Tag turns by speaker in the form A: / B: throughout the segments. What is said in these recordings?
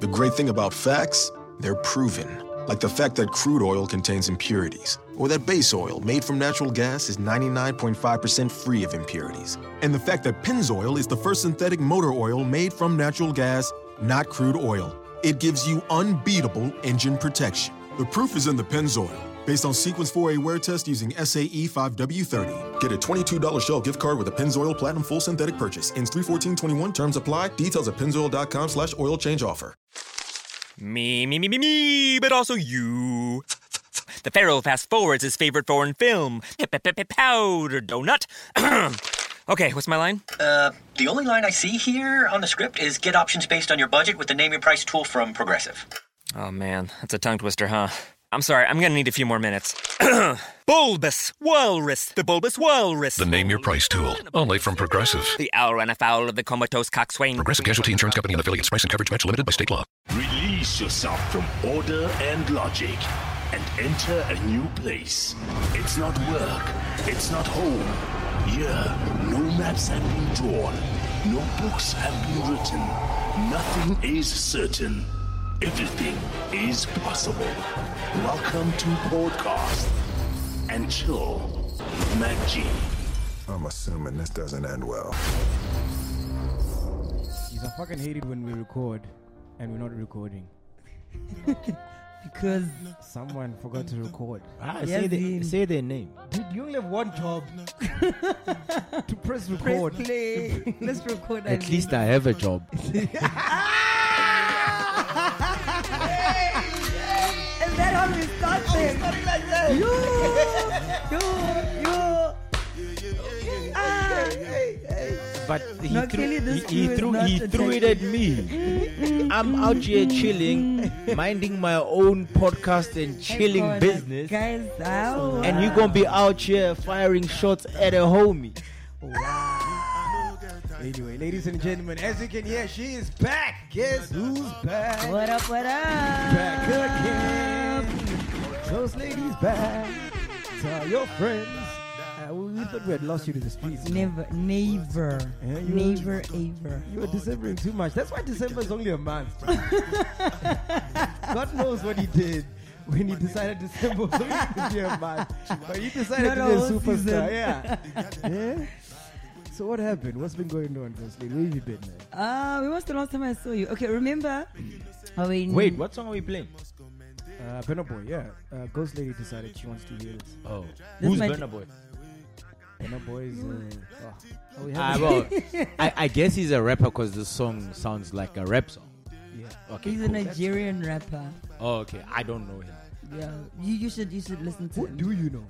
A: The great thing about facts, they're proven. Like the fact that crude oil contains impurities, or that base oil made from natural gas is 99.5% free of impurities, and the fact that Pennzoil is the first synthetic motor oil made from natural gas, not crude oil. It gives you unbeatable engine protection. The proof is in the Pennzoil. Based on Sequence 4A wear test using E SAE 5W30. Get a $22 Shell gift card with a Pennzoil Platinum full synthetic purchase. Ends 31421. Terms apply. Details at pennzoil.com slash oil change offer.
B: Me, me, me, me, me, but also you. The Pharaoh fast forwards his favorite foreign film, Powder Donut. okay, what's my line?
C: Uh, the only line I see here on the script is get options based on your budget with the Name Your Price tool from Progressive.
B: Oh man, that's a tongue twister, huh? I'm sorry, I'm gonna need a few more minutes. bulbous Walrus, the Bulbous Walrus.
D: The Name Your Price tool, only from Progressive.
B: The owl ran afoul of the comatose coxswain.
D: Progressive Casualty Insurance Company and affiliates. Price and coverage match limited by state law.
E: Release yourself from order and logic and enter a new place. It's not work, it's not home. Here, no maps have been drawn, no books have been written, nothing is certain. Everything is possible. Welcome to podcast and chill with Mac G.
F: I'm assuming this doesn't end well.
G: Jeez, I fucking hate it when we record and we're not recording.
H: Because
G: Someone forgot to record.
H: Yes,
I: Ah,
G: say, the,
H: Vin.
G: say their name.
H: dude, you only have one job.
G: To press
H: Press
G: record.
H: play. Let's record.
I: At least I have a job.
H: Is that how we start things? like that. You, you, you. Ah,
I: But he
H: No,
I: threw,
H: clearly this
I: he,
H: crew
I: he
H: is
I: threw,
H: not
I: he threw it at me. I'm out here chilling, minding my own podcast and chilling
H: God,
I: business.
H: Guys, how?
I: And you gonna be out here firing shots at a homie.
G: Anyway, ladies and gentlemen, as you can hear, she is back. Guess who's back?
H: What up? What
G: Back
H: up?
G: again. Those ladies back. Tell your friends. Uh, we we thought we had lost you to the streets.
H: Never, never,
G: Yeah, you-
H: never, ever.
G: You were Decembering too much. That's why December is only a month. God knows what he did when he decided December was only going to be a month. But he decided
H: Not
G: to
H: a
G: be a
H: whole
G: superstar.
H: season.
G: Yeah. yeah. So what happened? What's been going on, firstly? Where have you been, man?
H: Ah, when was the last time I saw you? Okay, remember? Oh, in-
I: Wait, what song are we playing?
G: Uh, Burna Boy, yeah. Uh, Ghost Lady decided she wants to hear it.
I: Oh,
H: This
I: who's
H: might-
I: Burner Boy?
G: Burna Boy is. Uh, oh, oh, we
I: Ah,
G: haven't-
I: well, I, I guess he's a rapper because the song sounds like a rap song.
G: yeah.
I: Okay,
H: He's a
I: cool.
H: Nigerian rapper.
I: Oh, okay. I don't know him.
H: Yeah, you, you should you should listen to
G: Who
H: him.
G: do you know?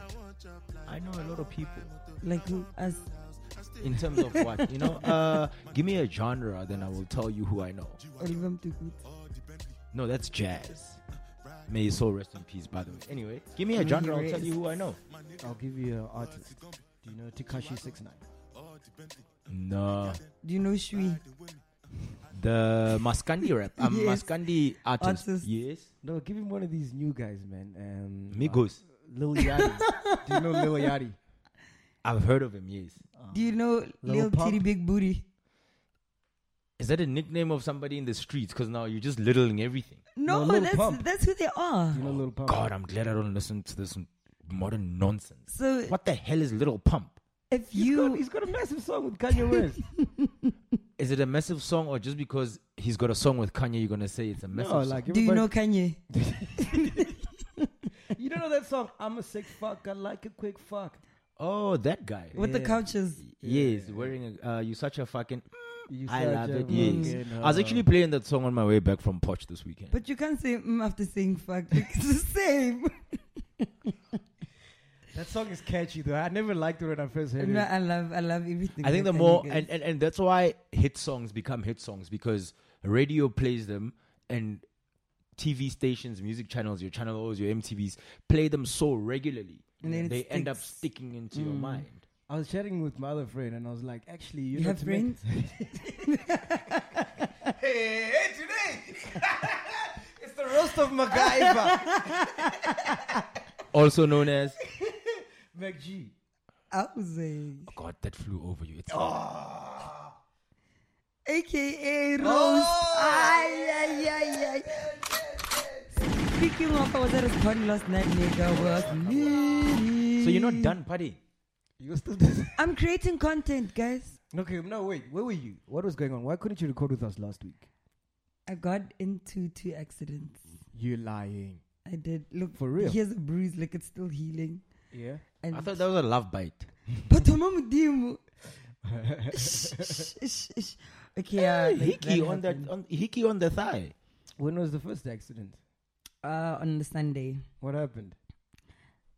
I: I know a lot of people.
H: like who? Us.
I: In terms of what, you know, uh, give me a genre, then I will tell you who I know.
H: Oliver Mtukut.
I: No, that's jazz. May his soul rest in peace. By the way. Anyway, give me a
H: May
I: genre.
H: he
I: I'll tell
H: rest.
I: you who I know.
G: I'll give you an artist. Do you know Takashi Six Nine?
I: No,
H: Do you know Shui?
I: the Maskandi rap. I'm
H: Yes.
I: Maskandi artist.
H: Artist.
I: Yes,
G: No, give him one of these new guys, man. Um,
I: Migos.
G: Lil Yachty. Do you know Lil Yachty?
I: I've heard of him. Yes.
H: Do you know Lil
G: Pump?
H: Titty Big Booty?
I: Is that a nickname of somebody in the streets? Because now you're just littling everything.
H: No,
G: Lil
H: that's
G: Pump.
H: that's who they are.
G: Do you know Lil Pump?
I: God, I'm glad I don't listen to this modern nonsense.
H: So
I: What the hell is Little Pump?
H: if
G: He's
H: you
G: got, he's got a massive song with Kanye West.
I: Is it a massive song, or just because he's got a song with Kanye, you're gonna say it's a massive
G: no,
I: song?
G: like
H: do you know
G: everybody-
H: Kanye?
G: you don't know that song? I'm a sick fuck. I like a quick fuck.
I: oh, that guy.
H: With the couches.
I: Yes, wearing a, uh, you such a fucking.
G: You
I: I
G: such
I: love
G: a
I: it. Yes,
G: fucking uh,
I: I was
G: hoe.
I: actually playing that song on my way back from Poch this weekend.
H: But you can't say mm after saying fuck. It's the same.
G: that song is catchy though. I never liked it when I first heard
H: no,
G: it.
H: I love I love everything.
I: I think
H: that
I: the
H: Kanye
I: more
H: does.
I: and, and and that's why hit songs become hit songs because radio plays them and TV stations, music channels, your channels, your MTVs play them so regularly,
H: And then it
I: they end up
H: sticks. Mm.
I: sticking into your mind.
G: I was chatting with my other friend, and I was like, actually, you,
H: you
G: know,
H: have
G: to make-
H: friends.
G: Hey, hey, today it's the roast of MacGyver.
I: Also known as
G: Mac G.
H: I was saying.
I: Oh God, that flew over you. It's
H: Oh.
I: Oh!
H: aka Rose. Ay, ay, ay, Speaking of, I was at his party last night, nigga. Was needy.
I: So you're not done partying.
G: You were still doing
H: I'm creating content, guys.
G: Okay, no, wait. Where were you? What was going on? Why couldn't you record with us last week?
H: I got into two accidents.
G: You lying.
H: I did. Look,
G: For real?
H: Here's a bruise, like it's still healing.
G: Yeah.
H: And
I: I thought that was a love bite.
H: But Mudimu. Okay, yeah.
I: Hey,
H: like
I: hickey on that
H: Uh, happened.
I: on, hickey on the thigh.
G: When was the first accident?
H: Uh, on the Sunday.
G: What happened?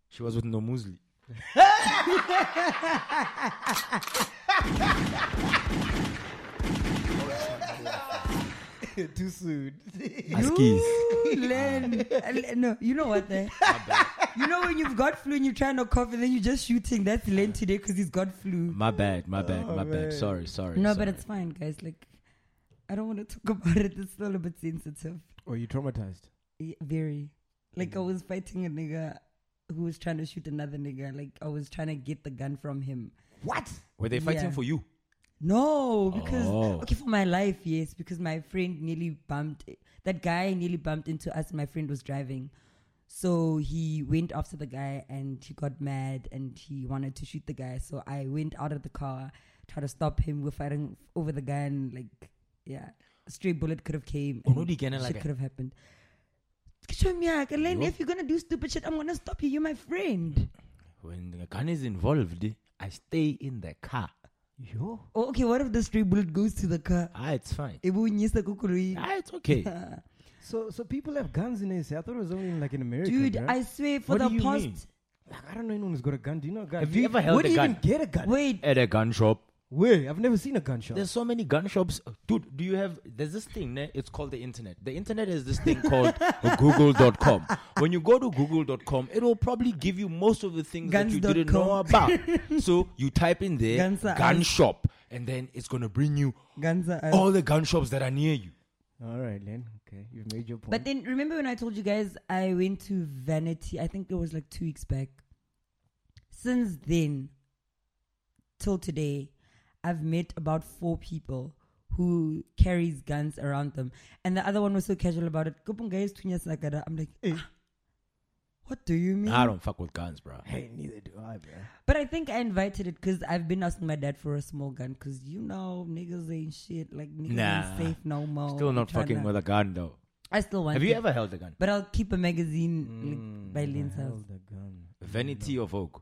I: She was with no Musli.
G: Too soon.
I: Askies.
H: Ooh, Len.
I: Ah.
H: Uh, Len- no, you know what? Eh? you know when you've got flu and you're trying to cough and then you're just shooting. That's Len today because he's got flu.
I: My bad, my bad,
H: Oh,
I: my
G: man.
I: bad. Sorry, sorry.
H: No,
I: sorry.
H: but it's fine, guys. Like, I don't want to talk about it. It's still a bit sensitive.
G: Were you traumatized?
H: Y- Very. Like, I was fighting a nigga who was trying to shoot another nigga. Like, I was trying to get the gun from him.
G: What?
I: were they fighting
H: yeah.
I: for you?
H: No, because
I: Oh.
H: okay, for my life, yes, because my friend nearly bumped that guy nearly bumped into us. and My friend was driving, so he went after the guy and he got mad and he wanted to shoot the guy. So I went out of the car, tried to stop him. We're fighting over the guy and like, yeah, a straight bullet could have came.
I: Oh, no,
H: and
I: they gonna like
H: shit
I: a-
H: could have happened. Kishomiak, Elaine,
I: Yo.
H: if you're gonna do stupid shit, I'm gonna stop you. You're my friend.
I: When the gun is involved, I stay in the car.
G: Yo.
H: Oh, okay, what if the straight bullet goes to the car?
I: Ah, it's fine.
H: It will nyisa kukurui.
I: Ah, it's okay.
G: So so people have guns in SA. I thought it was only in, like in America.
H: Dude,
G: bruh.
H: I swear for
I: What do
H: the
I: you
H: past.
I: mean?
G: like, I don't know anyone who's got a gun. Do you know a gun?
I: Have
G: Do
I: you ever held
G: where
I: a
G: do you
I: gun?
G: even get a gun?
H: Wait,
I: At a gun shop.
G: Where? I've never seen a gunshot.
I: There's so many gun shops. Oh, Dude, do you have. There's this thing, ne? it's called the internet. The internet is this thing called google.com. When you go to google.com, it will probably give you most of the things that you didn't know about. so you type in there,
H: Guns are
I: gun
H: us.
I: shop, and then it's going to bring you
H: guns are out.
I: all the gun shops that are near you.
G: All right, Len. Okay, you've made your point.
H: But then remember when I told you guys I went to Vanity? I think it was like two weeks back. Since then, till today, I've met about four people who carries guns around them, and the other one was so casual about it. "Kupon guys, tunya sakada." I'm like,
I: Eh.
H: "Ah, what do you mean?
I: I don't fuck with guns, bro.
G: hey, neither do I, bruh.
H: But I think I invited it because I've been asking my dad for a small gun because you know niggas ain't shit. Like niggas
I: Nah.
H: ain't safe no more.
I: Still not fucking with a gun, though.
H: I still want.
I: Have you
H: it.
I: ever Hmm, held a gun?
H: But I'll keep a magazine like, by Lynn's house.
G: Held a gun.
I: Vanity or Vogue?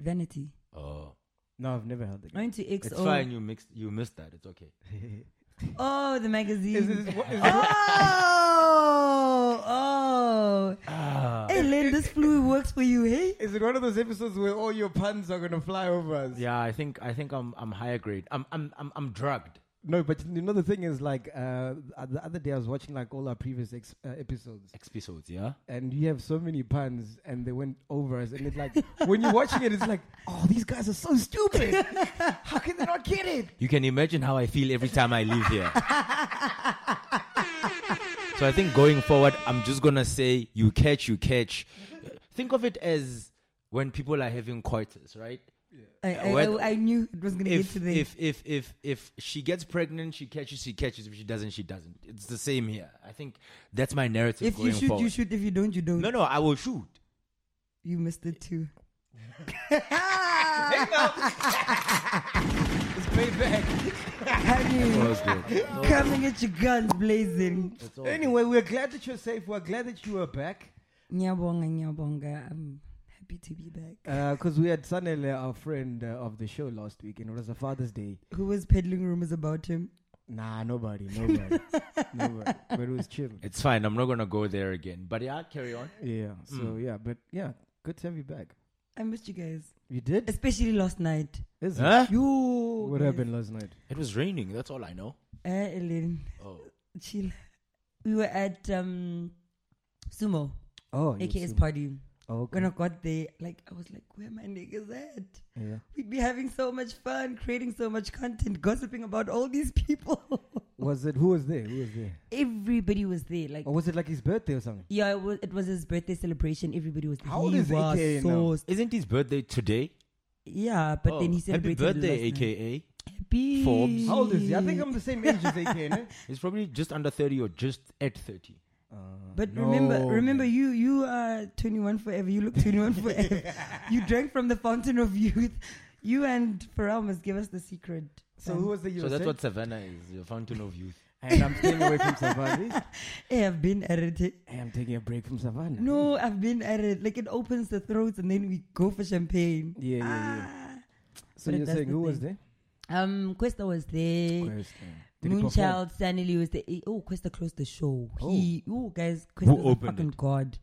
H: Vanity.
I: Oh.
G: No, I've never held a
H: I
G: gun.
H: went to XO.
I: It's fine. You mixed. You missed that. It's okay.
H: Oh, the magazine.
G: this what- is
H: oh, oh.
I: Ah.
H: Hey, Lynn, this flu works for you, hey?
G: Is it one of those episodes where all your puns are gonna fly over us?
I: Yeah, I think I think I'm I'm higher grade. I'm I'm I'm, I'm drugged.
G: No, but you know the thing is, like uh, the other day I was watching like all our previous ex- uh, episodes,
I: Episodes, yeah.
G: and you have so many puns, and they went over us, and it's like when you're watching it, it's like, oh, these guys are so stupid. How can they not get it?
I: You can imagine how I feel every time I leave here. so I think going forward, I'm just gonna say you catch, you catch. Think of it as when people are having coitus, right?
H: I, I,
I: What-
H: I, I knew it was going to get
I: If
H: to there.
I: if if if if she gets pregnant, she catches, she catches. If she doesn't, she doesn't. It's the same here. I think that's my narrative
H: If
I: going
H: you shoot,
I: forward.
H: you shoot. If you don't, you don't.
I: No, no, I will shoot.
H: You missed it too.
G: It's paid back.
H: Honey,
I: good.
H: coming at your guns blazing.
G: Anyway, we're glad that you're safe. We're glad that you are back.
H: Nyabonga, nyabonga. I'm happy to be back.
G: Because Uh, we had Sanele, our friend uh, of the show, last week, and it was a Father's Day.
H: Who was peddling rumors about him?
G: Nah, nobody, nobody, nobody. But it was chill.
I: It's fine. I'm not gonna go there again. But yeah, carry on.
G: Yeah. So yeah, but yeah, good to have you back.
H: I missed you guys,
G: You did?
H: especially last night.
G: Is it?
I: Huh?
H: You.
G: What happened last night?
I: It was raining. That's all I know.
H: Uh, Ellen,
I: Oh,
H: chill. We were at um, Sumo,
G: Oh, you
H: AKA's
G: see.
H: party.
G: Oh, okay.
H: When I got there, like I was like, where my niggas at?
G: Yeah.
H: We'd be having so much fun, creating so much content, gossiping about all these people.
G: Was it who was there? Who was there?
H: Everybody was there. Like
G: Or was it like his birthday or something?
H: Yeah, it was, it was his birthday celebration. Everybody was
G: How old
H: he
G: is
H: was
G: AKA
H: so
G: now?
H: s-
I: isn't his birthday today?
H: Yeah, but then
I: Oh,
H: he celebrated
I: Happy birthday,
H: last night.
I: aka.
H: Happy.
I: Forbes.
G: How old is he? I think I'm the same age as AK. no?
I: He's probably just under thirty or just at thirty.
H: But remember,
G: no,
H: remember you you are 21 forever. You look 21 forever. You drank from the fountain of youth. You and Pharrell must give us the secret.
G: So who was the
I: So
G: USA?
I: that's what Savannah is, your fountain of youth.
G: and I'm staying away from Savannah.
H: Hey, I've been at it.
G: I am taking a break from Savannah.
H: No, I've been at it. Like it opens the throats and then we go for champagne.
G: Yeah, yeah, yeah. So
H: But
G: you're
H: that's
G: saying
H: the
G: who was
H: thing.
G: there?
H: Um, Questa was there.
G: Questa. Did he perform?
H: Moonchild, Stanley Lee was there. Eh, Oh, Questa closed the show.
G: Oh.
H: He, oh, guys, Questa's a
I: opened
H: fucking
I: it?
H: god.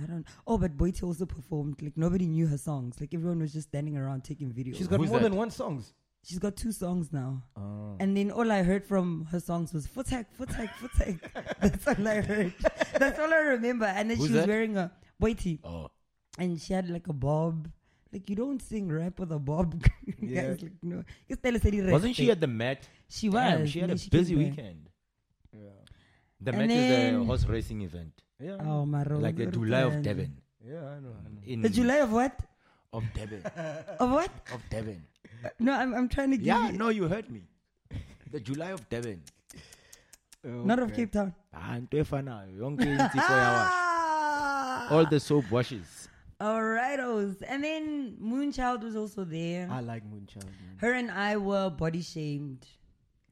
H: I don't. Oh, but Boiti also performed. Like nobody knew her songs. Like everyone was just standing around taking videos.
G: She's got
I: Who's
G: more
I: that?
G: than one songs.
H: She's got two songs now.
I: Oh.
H: And then all I heard from her songs was Futek, Futek, Futek. That's all I heard. That's all I remember. And then
I: Who's
H: she was
I: that?
H: wearing a whitey.
I: Oh.
H: And she had like a bob. Like you don't sing rap with a bob.
G: Yeah.
H: Guys, like, no. Just tell us any rap
I: Wasn't she
H: thing.
I: at the Met?
H: She was.
I: Damn, she had
H: and
I: a
H: then
I: busy
H: came back.
I: weekend. The
H: And
I: Met is
H: then-
I: a horse racing event,
G: Yeah, I know.
H: Oh my
I: like the July of Devon.
G: yeah, I know. I know.
I: In
H: The July of what?
I: of Devon,
H: Of what?
I: of Devon.
H: No, I'm, I'm trying to give
I: Yeah,
H: you.
I: no, you heard me. The July of Devon.
H: Not of Cape Town.
I: Ah, nto efana, yonke insipho yawa- All the soap washes.
H: All rightos. And then Moonchild was also there.
I: Ah.
G: I like Moonchild. Man.
H: Her and I were body shamed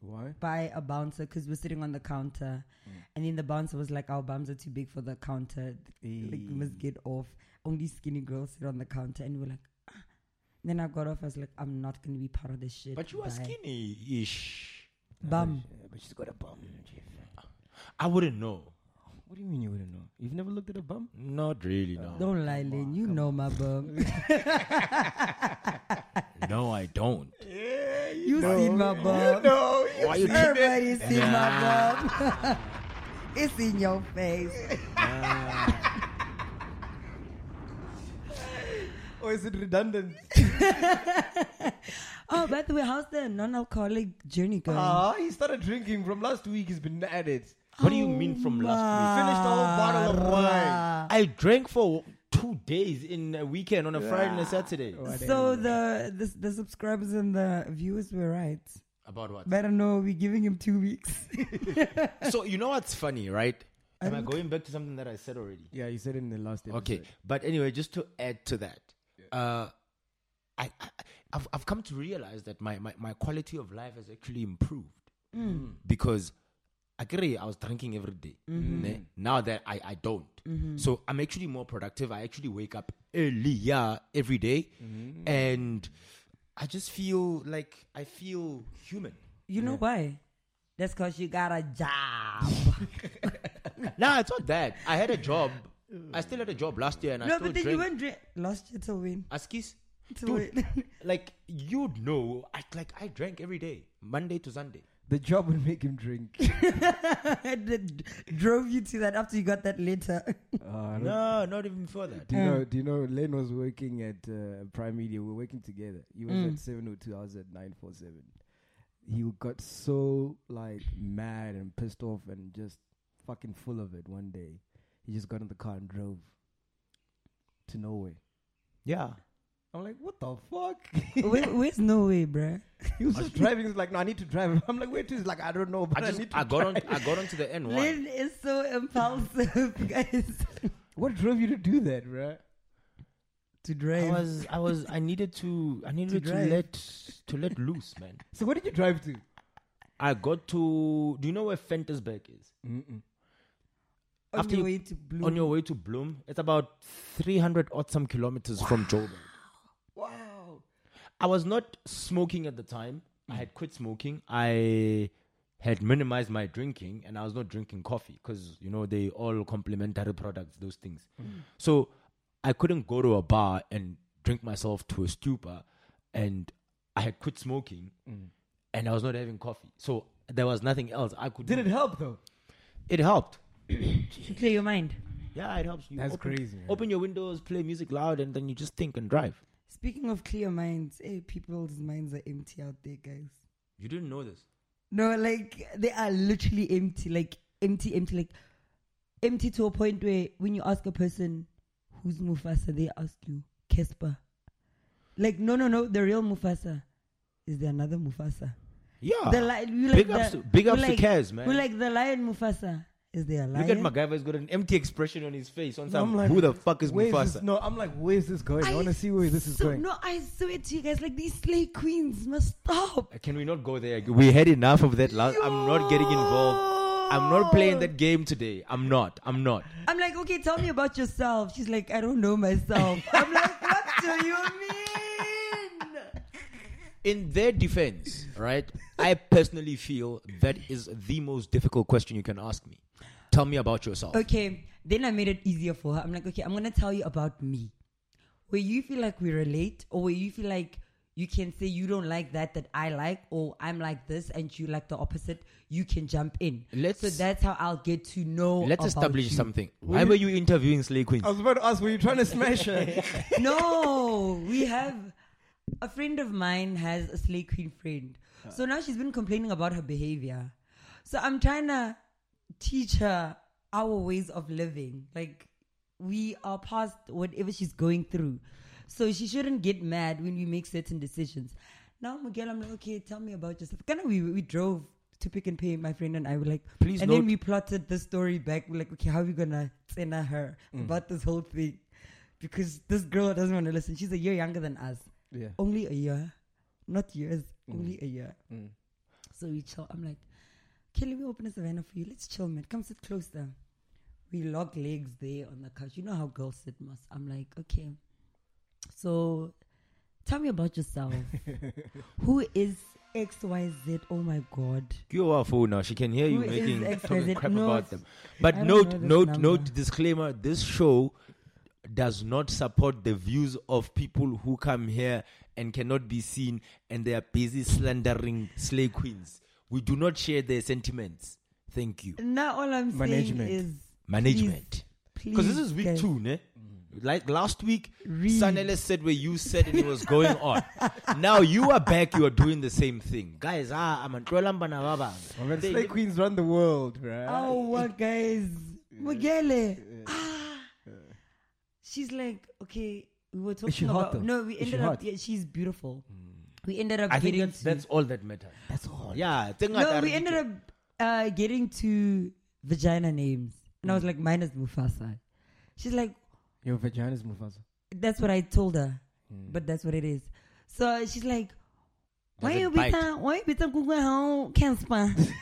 G: Why?
H: by a bouncer because we're sitting on the counter,
I: Mm.
H: and then the bouncer was like, "Our bums are too big for the counter. Like, we must get off. Only skinny girls sit on the counter." And we we're like, ah. Then I got off. I was like, "I'm not gonna be part of this shit."
I: But you are
H: Bye.
I: skinny-ish.
H: Bum.
G: Yeah, but she's got a bum. Jeff.
I: I wouldn't know.
G: What do you mean you wouldn't know? You've never looked at a bum?
I: Not really, no.
H: Don't lie, Lynn. You know my bum.
I: No, I don't.
H: You seen my bum. Everybody seen my bum. it's in your face.
G: Or is it redundant?
H: Oh, by the way, how's the non-alcoholic journey going?
G: Ah, he started drinking from last week. He's been at it.
I: What do you mean from last week?
G: Finished the whole bottle of wine.
I: I drank for two days in a weekend on a Friday and a Saturday.
G: Oh.
H: so the, the the subscribers and the viewers were right.
I: About what?
H: But I don't know. We're giving him two weeks.
I: So you know what's funny, right? Am I going back to something that I said already?
G: Yeah, you said it in the last episode.
I: Okay, but anyway, just to add to that, uh, I, I I've I've come to realize that my my, my quality of life has actually improved
H: Mm.
I: because. Agree, I was drinking every day.
H: Mm-hmm.
I: Ne? Now that I, I don't. So I'm actually more productive. I actually wake up earlier every day And I just feel like I feel human.
H: You know why? That's because you got a job.
I: nah, it's not that. I had a job. I still had a job last year and I
H: no,
I: still
H: but then you
I: drank.
H: weren't drink. Last year to win.
I: Askis?
H: To
I: Dude,
H: win.
I: like you'd know, I like I drank every day, Monday to Sunday.
G: The job would make him drink.
H: That drove you to that after you got that letter.
G: Ah, I don't-
I: No, not even for that.
G: Do you
H: Mm.
G: know? Do you know? Len was working at uh, Prime Media. We were working together. He was
H: Mm.
G: at seven o two. I was at nine four seven. He got so like mad and pissed off and just fucking full of it. One day, he just got in the car and drove to nowhere.
I: Yeah.
G: I'm like, what the fuck?
H: Where, where's Norway, bruh?
G: he was just driving. He's like, no, I need to drive. I'm like, where to? He's like, I don't know, but
I: I
G: I,
I: just
G: need to.
I: I got on
G: drive."
I: I got onto the N one.
H: Lynn is so impulsive, guys.
G: What drove you to do that, bruh?
H: to
I: I
H: drive.
I: was I was I needed to I needed to,
H: drive.
I: let to let loose, man.
G: So what did you drive to?
I: I got to do you know where Fentersburg is?
H: on
I: after
H: your way
I: you-
H: to Bloom.
I: on your way to Bloom. It's about 300 odd some kilometers from Joburg.
G: Wow.
I: I was not smoking at the time. I had quit smoking. I had minimized my drinking and I was not drinking coffee because, you know, they all complementary products, those things.
G: Mm.
I: So I couldn't go to a bar and drink myself to a stupor. And I had quit smoking
G: Mm.
I: and I was not having coffee. So there was nothing else I could
G: Did
I: do.
G: it help though?
I: It helped.
H: to clear your mind.
I: Yeah, it helps. You
G: That's
I: open-
G: crazy, man.
I: Open your windows, play music loud, and then you just think and drive.
H: Speaking of clear minds, hey, people's minds are empty out there, guys.
I: You didn't know this.
H: No, like they are literally empty, like empty, empty, like empty to a point where when you ask a person who's Mufasa, they ask you Kesper. Like, no, no, no, the real Mufasa. Is there another Mufasa?
I: Yeah.
H: The li- we like
I: Ah, big
H: the-
I: ups, big
H: we
I: ups
H: like,
I: to Kaz, man.
H: We like the lion Mufasa. Is there a lion?
I: Look at MacGyver. He's got an empty expression on his face. On
G: No,
I: some, who the fuck is
G: where this-
I: Mufasa?
G: no, I'm like, where's this going? I, want to see where this is
H: so-
G: going.
H: No, I swear to you guys, like these slay queens must stop.
I: Can we not go there? We had enough of that. Last. I'm not getting involved. I'm not playing that game today. I'm not. I'm not.
H: I'm like, okay, tell me about yourself. She's like, I don't know myself. I'm like, what do you mean?
I: In their defense, right? I personally feel that is the most difficult question you can ask me. Tell me about yourself.
H: Okay, then I made it easier for her. I'm like, okay, I'm gonna tell you about me. Where you feel like we relate, or where you feel like you can say you don't like that that I like, or I'm like this and you like the opposite. You can jump in.
I: Let's-
H: so that's how I'll get to know.
I: Let's
H: about
I: establish
H: you.
I: something. Why were you interviewing Slay Queens?
G: I was about to ask, were you trying to smash her?
H: no, we have a friend of mine has a slay queen friend. So now she's been complaining about her behavior. So I'm trying to teach her our ways of living. Like we are past whatever she's going through. So she shouldn't get mad when we make certain decisions. Now Miguel, I'm like, okay, tell me about yourself. Kind of we we drove to pick and pay my friend and I were like
I: Please
H: and
I: note-
H: then we plotted the story back. We're like, okay, how are we gonna center her
I: Mm.
H: about this whole thing? Because this girl doesn't want to listen. She's a year younger than us.
G: yeah.
H: Only a year. Not years,
I: Mm.
H: only a year. So we chill. I'm like, okay, let me open a savannah for you. Let's chill, man. Come sit closer. We lock legs there on the couch. You know how girls sit, Mas. I'm like, okay. So tell me about yourself. Who is XYZ? Oh my God.
I: You are a fool now. She can hear you
H: Who is
I: making
H: extra-
I: talking
H: is it
I: crap
H: not-
I: about them. But
H: I don't
I: note,
H: know this
I: note,
H: number.
I: note, disclaimer: this show does not support the views of people who come here and cannot be seen, and they are busy slandering slay queens. We do not share their sentiments. Thank you,
H: Now all I'm
G: Management.
H: saying is
I: management.
H: Because
I: Because this is week two, ne? Like last week,
H: Read.
I: Sanele said where you said and it was going on. now you are back. You are doing the same thing, guys. Ah, I'm
G: I mean,
I: a
G: slay queens run the world, bruh.
H: Oh, what guys? Mugele. Ah. She's like, okay, we were talking
G: she hot
H: about.
G: though?
H: No, we
G: Is she
H: ended up.
G: hot? Hmm.
H: Yeah, she's beautiful. We ended up
I: I think
H: getting.
I: that's,
H: to,
I: that's all that matters.
G: That's all.
I: Yeah, it's not
H: no,
I: that
H: we ended
I: ridiculous.
H: up uh, getting to vagina names, and I
I: Hmm.
H: was like, mine is Mufasa. She's like,
G: Your vagina's Mufasa.
H: that's what I told her,
I: Mm.
H: but that's what it is. So she's like, why
I: it
H: you
I: bite?
H: bita? Why you bita kuku how cancer?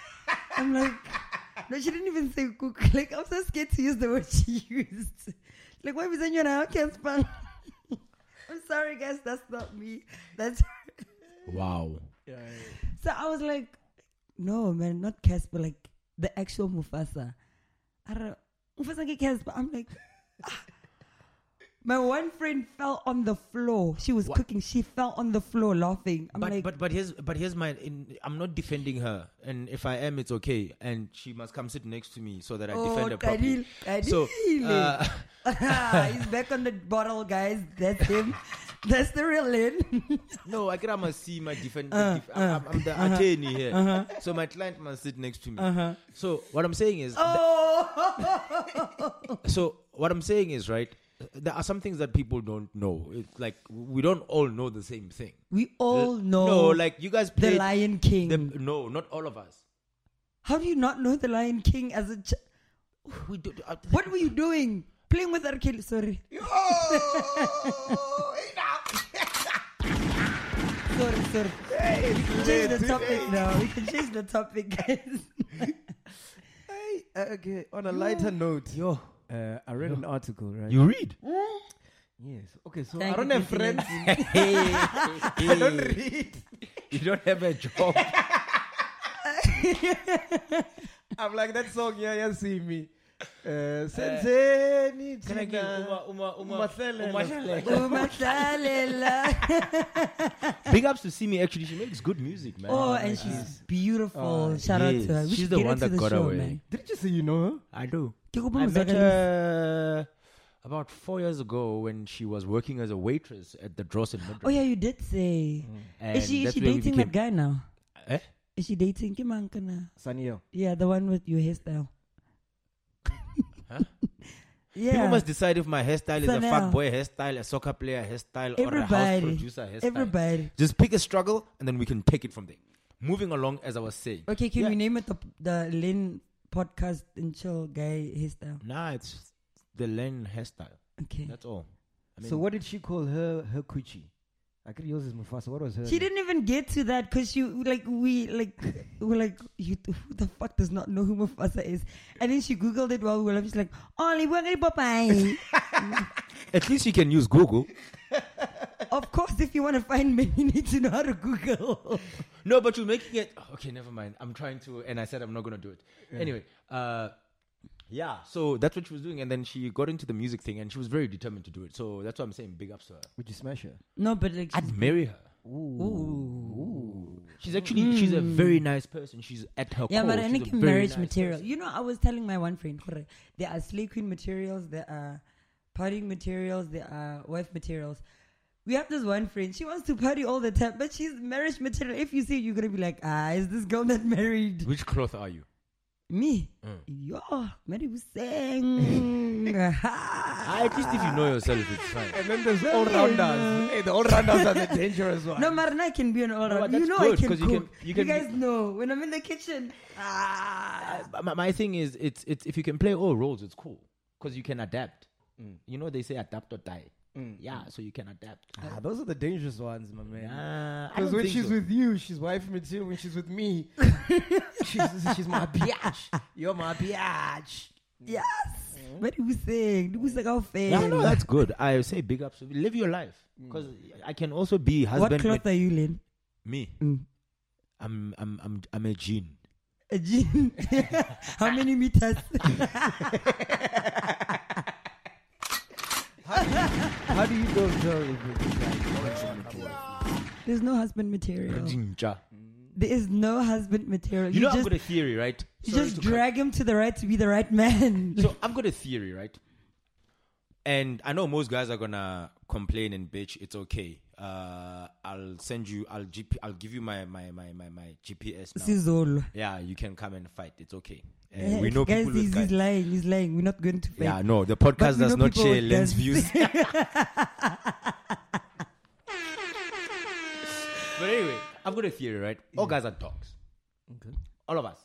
H: I'm like, no, she didn't even say kuku. Like I'm so scared to use the word she used. Like why bita you how cancer? I'm sorry, guys, that's not me. That's her.
I: Wow.
H: So I was like, no, man, not Casper, like the actual Mufasa. I don't Mufasa get Casper. I'm like, ah. my one friend fell on the floor. She was
I: What?
H: cooking. She fell on the floor laughing. I'm
I: But,
H: like,
I: but but here's but here's my in, I'm not defending her and if I am it's okay and she must come sit next to me so that I
G: Oh,
I: defend her properly.
H: Kadil,
I: So uh,
H: Kadil. he's back on the bottle, guys. That's him. That's the real end.
I: no, I cannot must see my defend.
H: Uh,
I: def- I'm, I'm- I'm the
H: uh-huh.
I: attorney here, so my client must sit next to me. So what I'm saying is,
H: Oh.
I: th- so what I'm saying is right. There are some things that people don't know. It's like we don't all know the same thing.
H: we all know.
I: No, like you guys
H: the
I: played
H: Lion King.
I: the- no, not all of us.
H: How do you not know the Lion King as a child?
I: We do, uh,
H: What were you doing? Playing with R. Kelly. Sorry. sorry, sorry. we can change the topic now. We can change the topic, guys.
G: Uh, okay, on a lighter note,
I: Yo.
G: uh, I read an article, right?
I: You read.
G: yes. Okay, so
H: Thank
G: I don't
H: you,
G: have friends.
H: Christina.
I: I don't read. You don't have a job.
G: I'm like that song. Yeah, yeah, see me. Uh, Sensei,
I: Can I give Uma, Uma, Uma, Uma
H: Umasalela.
I: Big ups to Simi. Actually, she makes good music, man.
H: Oh, and she's beautiful. Shout out
I: Oh, yes.
H: to her. We
I: She's
H: should
I: the
H: get her
I: one
H: to
I: that
H: the
I: got
H: show,
I: away.
H: man.
G: Did you say you know her?
I: I do.
H: Ke kopa
I: I met
H: mozakalisi.
I: her about four years ago when she was working as a waitress at the Dross in Madrid.
H: Oh yeah, you did say.
I: And
H: Is she is
I: that's
H: she
I: where we
H: dating that
I: became-
H: guy now?
I: Eh?
H: Is she dating Kimankana?
G: Saniel.
H: Yeah, the one with your hairstyle. yeah.
I: People must decide if my hairstyle is a
H: Sanel.
I: fuck boy hairstyle, a soccer player hairstyle, or a house
H: Everybody.
I: producer hairstyle.
H: Everybody.
I: Just pick a struggle, and then we can take it from there. Moving along, as I was saying.
H: Okay, can
I: Yeah.
H: we name it the, the Lynn podcast and chill guy hairstyle?
I: Nah, it's the Len hairstyle.
H: Okay.
I: That's all. I mean,
G: so what did she call her her coochie? I could use this Mufasa. What was her?
H: She didn't even get to that because she like we like we're like you who the fuck does not know who Mufasa is, and then she googled it while we were like, she's like, "Only waggly Popeye."
I: At least you can use Google.
H: of course, if you want to find me, you need to know how to Google.
I: No, but you're making it. oh, Okay, never mind. I'm trying to, and I said I'm not gonna do it. Anyway, uh, yeah. So that's what she was doing, and then she got into the music thing, and she was very determined to do it. So that's why I'm saying big ups to her.
G: Would you smash her?
H: no, but like,
I: I'd marry her. She's actually she's a very nice person. She's at her
H: Hmm. yeah,
I: core.
H: but I
I: Oh, she's
H: think
I: a very
H: marriage
I: nice
H: material.
I: person.
H: You know, I was telling my one friend, "Gore, there are slay queen materials, there are partying materials, there are wife materials. We have this one friend. She wants to party all the time, but she's marriage material. If you see, you're gonna be like, ah, is this girl not married?
I: Which cloth are you?
H: Me,
I: Mm.
H: yo, Mary Hussein.
I: Ah, at least if you know yourself, it's fine.
G: And then there's all rounders. hey, the all rounders are the dangerous ones.
H: No, Marina can be an all
I: but
H: round.
I: that's
H: you know
I: good,
H: I can
I: 'cause you
H: cook.
I: can-
H: You,
I: you can be-
H: guys know when I'm in the kitchen. Ah,
I: Uh, my, my thing is, it's it's if you can play all roles, it's cool because you can adapt.
G: Mm.
I: You know, they say adapt or die. Yeah, so you can adapt.
G: Ah, those are the dangerous ones, my man.
I: Uh, I
G: Because
I: don't
G: when
I: think
G: she's
I: so.
G: with you, she's wife material. When she's with me, she's, she's my biatch. You're my biatch.
H: yes. Mary Hussein. Who's like our fan?
I: Mm. yeah, no, that's good. I say big ups. Live your life
G: Mm.
I: because I can also be husband.
H: What cloth
I: ma-
H: are you in?
I: me,
H: Mm.
I: I'm I'm I'm I'm a gene.
H: A jean. How many meters?
G: How do you know tell if it's
H: There's no husband material.
I: Jinja.
H: There is no husband material.
I: You know, I've
H: Mm. just,
I: got a theory, right?
H: you
I: Sorry
H: just
I: to cut-
H: drag him to the right to be the right man.
I: So I've got a theory, right? And I know most guys are gonna complain and bitch. It's okay. Uh, I'll send you. I'll GP, I'll give you my my my my, my GPS. Now.
H: This is all.
I: Yeah, you can come and fight. It's okay. And
H: Eh,
I: we know
H: guys,
I: people with
H: he's,
I: guns.
H: he's lying. He's lying. We're not going to fight.
I: yeah, no, the
H: eh? But
I: podcast
H: we
I: does
H: know
I: not
H: people
I: share
H: with guns.
I: Len's views. but anyway, I've got a theory, right? All guys are dogs. All of us.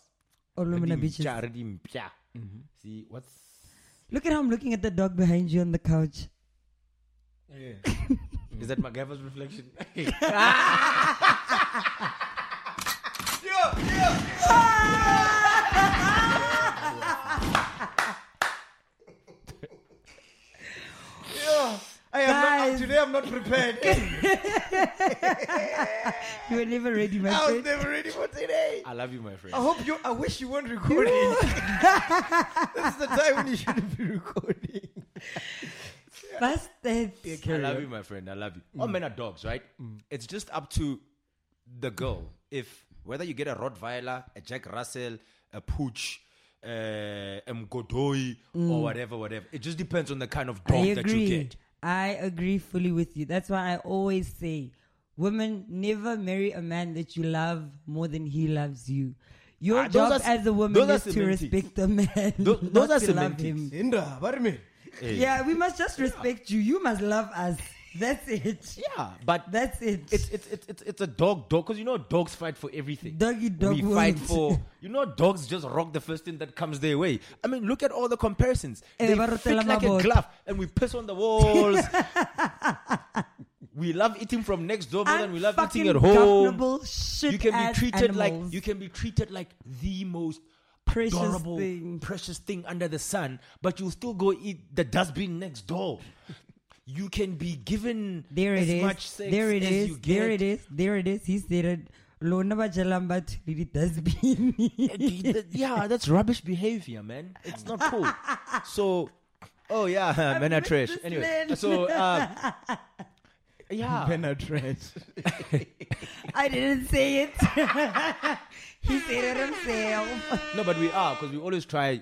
H: All women are
I: Redeem
H: bitches. Mm-hmm.
I: cha, redeem cha. See what's
H: Look at how I'm looking at the dog behind you on the couch.
I: is that MacGyver's reflection?
G: I am not-
H: Guys.
G: today I'm not prepared.
H: You were never ready, my friend.
G: never ready for today.
I: I love you, my friend.
G: I hope you. I wish you weren't recording. this is the time when you shouldn't be recording.
H: Bastard.
I: I love you, my friend. I love you. Mm. All men are dogs, right? It's just up to the girl if whether you get a Rottweiler, a Jack Russell, a Pooch, uh, a Mgodoi, or whatever, whatever. It just depends on the kind of
H: I
I: dog that you
H: agree.
I: get.
H: I agree fully with you. That's why I always say women never marry a man that you love more than he loves you. Your
I: Ah, those
H: job
I: are s-
H: as a woman
I: those are
H: is to
I: semantics.
H: respect the man.
I: Tho- those
H: not
I: are
H: to love
I: semantics.
H: him.
G: Indra, what do you mean?
H: Yeah, we must just respect you. You must love us. That's it.
I: Yeah, Ah, but
H: That's it.
I: it's it's it's it's, it's a dog dog because you know dogs fight for everything.
H: Doggy dog
I: we
H: world.
I: fight for you know dogs just rock the first thing that comes their way. I mean, look at all the comparisons.
H: Eh,
I: They
H: barotela
I: fit like a
H: mabota.
I: glove, and we piss on the walls. we love eating from next door more than we love eating at home.
H: Unfucking-governable shit
I: You can be
H: ass
I: treated like
H: animals.
I: you can be treated like the most.
H: Precious
I: adorable,
H: thing.
I: precious thing under the sun, but you'll still go eat the dustbin next door. You can be given
H: There
I: as
H: it is.
I: much sex
H: there it
I: as
H: is.
I: you get.
H: There it is. There it is. He said it. Lona ba jalang ba thulile dustbin.
I: Th- th- yeah, that's rubbish behavior, man. It's not cool. So, oh yeah, men are
H: miss
I: trash.
H: this
I: Anyway,
H: man.
I: so uh, yeah,
G: Penetrate.
H: I didn't say it. he said it himself.
I: no, but we are because we always try.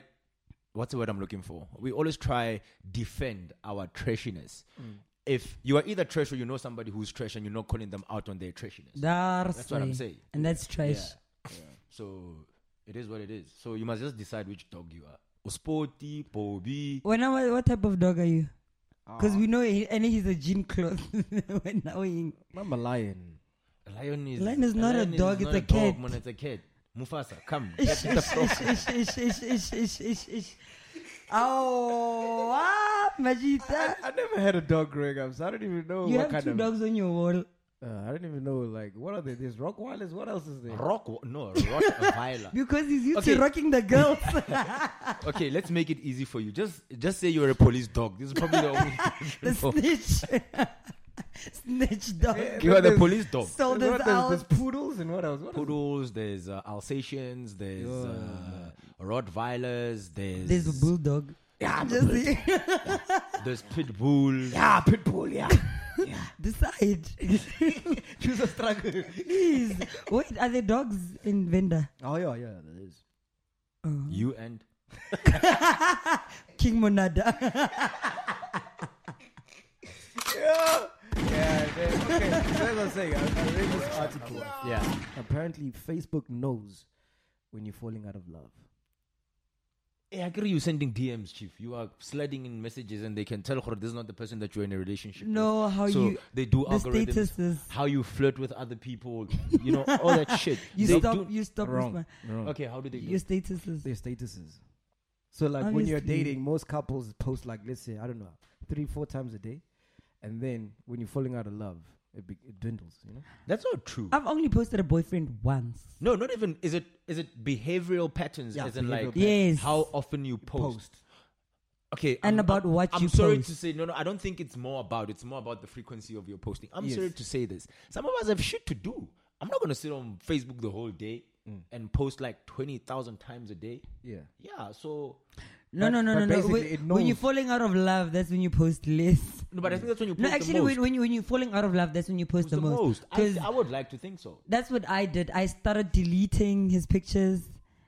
I: What's the word I'm looking for? We always try defend our trashiness.
H: Mm.
I: If you are either trash or you know somebody who's trash and you're not calling them out on their trashiness,
H: That's
I: what I'm saying.
H: And that's trash.
I: so it is what it is. So you must just decide which dog you are. Sporty, Bobby.
H: When I was, what type of dog are you?
I: Ah.
H: Because we know, he, and he's a jean cloth. when I was in-
G: I'm a lion.
I: A lion is
H: Lion is not a dog, it's
I: not
H: a cat.
I: man, it's a cat. Mufasa, come.
H: Ish,
I: get the
H: ish,
I: frog.
H: ish, ish, ish, ish, ish, ish, ish. Oh, ah, Majita.
G: I never had a dog growing up, so I don't even
I: Oh,
G: know
H: You
G: what
H: have
G: kind
H: two
G: of.
H: dogs on your wall.
G: Uh, I don't even know like what are they? There's Rockwilders. What else is there?
I: Rock, no, Rottweiler.
H: Because he's used
I: Okay.
H: to rocking the girls.
I: okay, let's make it easy for you. Just, just say you're a police dog. This is probably the only.
H: the snitch. snitch dog.
I: You are the police dog.
H: So
G: There's, what-
H: there's
G: there's, there's
H: out.
G: poodles and what else? What else?
I: Poodles, there's uh, Alsatians, there's uh, Rottweilers, there's
H: There's a bulldog. Yeah, just the,
I: there's pit bulls.
G: Ah, pit bull. Yeah.
H: decide.
G: Choose a struggle.
H: Please. Wait, are there dogs in Venda?
G: oh yeah, yeah. There is.
I: You and
H: King Monada.
G: Yeah. There, okay. That's what I'm saying. I, I read this article.
I: yeah.
G: Apparently, Facebook knows when you're falling out of love.
I: Hey, I get you sending DMs, Chief. You are sliding in messages, and they can tell "Khor, this is not the person that you're in a relationship.
H: No,
I: with.
H: how
I: so
H: you-
I: they do
H: the
I: algorithms,
H: statuses.
I: how you flirt with other people, you know, all that shit.
H: You
I: They
H: stop.
I: do-
H: you stop.
G: Wrong.
H: Respond.
G: Wrong.
I: okay, how do they? Do?
H: Your statuses.
G: their statuses. So like when you're
H: Obviously.
G: dating, most couples post like let's say I don't know three four times a day, and then when you're falling out of love, it, be- it dwindles. You know.
I: That's not true.
H: I've only posted a boyfriend once.
I: no, not even. Is it? Is it behavioral patterns?
G: Yeah,
I: as in
G: behavioral
I: like
G: patterns.
H: Yes.
I: how often you post? Okay,
H: And
I: I'm-
H: about
I: I'm-
H: what
I: I'm
H: you
I: sorry
H: post.
I: to say, no, no, I don't think it's more about. It's more about the frequency of your posting. I'm
G: Yes.
I: sorry to say this. Some of us have shit to do. I'm not gonna sit on Facebook the whole day
H: Mm.
I: and post like twenty thousand times a day.
G: Yeah.
I: Yeah, so
H: No,
G: But-
H: no, no,
G: but
H: no, no.
G: basically
H: When,
G: it
H: when you're
G: knows.
H: falling out of love, that's when you post less.
I: no, but I think that's when you post
H: No, actually,
I: the most.
H: when, when you when you're falling out of love, that's when you post
I: Post the most.
H: Because
I: I, I would like to think so.
H: that's what I did. I started deleting his pictures,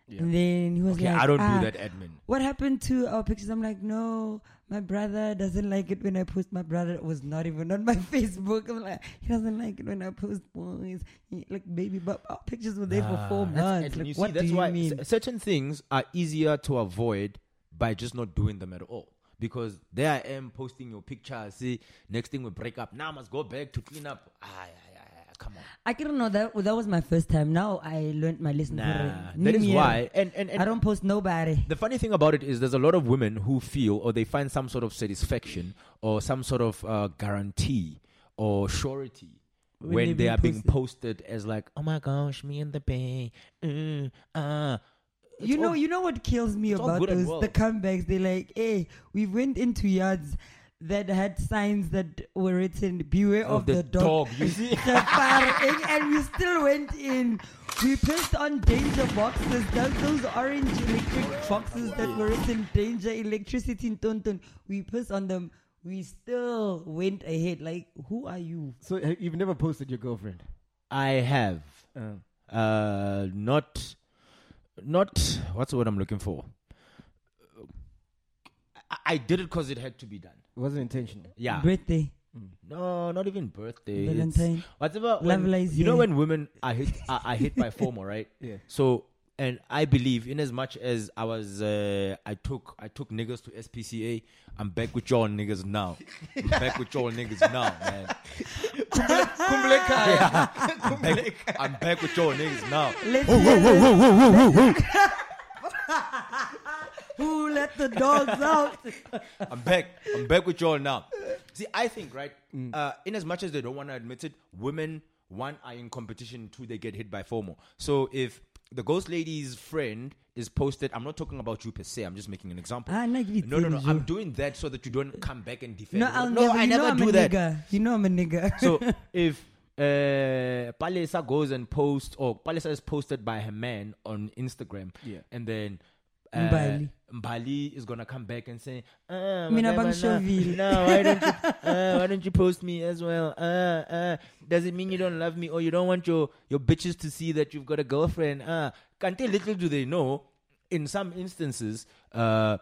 H: and then he was
I: Okay,
H: like,
I: I don't
H: "Ah,
I: do that, admin.
H: What happened to our pictures? I'm like, no, my brother doesn't like it when I post. My brother was not even on my Facebook. I'm like, he doesn't like it when I post boys. He- like, baby, but our pictures were there for four months.
I: And
H: Like,
I: you see,
H: what
I: that's
H: do
I: why
H: you mean?
I: c- certain things are easier to avoid by just not doing them at all. Because there I am posting your picture. See, next thing we break up. Now I must go back to clean up. Ah, yeah, yeah, yeah, come on.
H: I didn't know that. That was my first time. Now I learned my lesson.
I: Nah,
H: correct.
I: that is
H: Yeah.
I: why. And and, and
H: I don't post nobody.
I: The funny thing about it is, there's a lot of women who feel or they find some sort of satisfaction or some sort of uh, guarantee or surety when,
H: they've
I: they
H: been
I: are being posted as like, oh my gosh, me and the bay, mm, uh.
H: you know, you know what kills me
I: it's all
H: about
I: good and
H: those
I: well.
H: the comebacks. They're like, hey, we went into yards that had signs that were written "Beware of, the, dog."
I: You see,
H: Safari, and we still went in. We pissed on danger boxes. Those, those orange electric boxes that were written danger electricity in Tonton. We pissed on them. We still went ahead. Like, who are you?
G: So ha- you've never posted your girlfriend.
I: I have
G: Uh,
I: uh, not, not what's the word I'm looking for. I, I did it because it had to be done.
G: it wasn't intentional.
I: Yeah,
H: Birthday.
I: No, not even birthday.
H: Valentine.
I: It's, whatever.
H: Love
I: when-
H: lies
I: you know
H: here.
I: when women are hit, are, are hit by FOMO, right?
G: Yeah.
I: So, and I believe in as much as I was, uh, I took, I took niggas to SPCA. I'm back with y'all niggas now. I'm back with y'all niggas now, man. Yeah. I'm, back, I'm back with y'all niggas now.
H: Let's hear it. Who let the dogs out?
I: I'm back. I'm back with y'all now. See, I think right. Uh, in as much as they don't want to admit it, women one are in competition, two they get hit by FOMO. So if the ghost lady's friend is posted, I'm not talking about you per se. I'm just making an example.
H: Ah, nah, give it
I: no, no, no.
H: to
I: I'm
H: you.
I: doing that so that you don't come back and defend.
H: No,
I: it.
H: I'll
I: no,
H: never.
I: I
H: you know
I: never
H: I'm
I: do
H: a
I: that.
H: nigga. You know I'm a nigga.
I: So if uh, Palesa goes and posts, or Palesa is posted by her man on Instagram,
G: Yeah.
I: and then uh,
H: Mbali.
I: Mbali is gonna come back and say, uh,
H: Mina
I: whatever,
H: Bangshovile."
I: nah, nah, why don't you, uh, why don't you post me as well? Uh, uh, does it mean you don't love me or you don't want your your bitches to see that you've got a girlfriend? Uh, can't they? Little do they know, in some instances, uh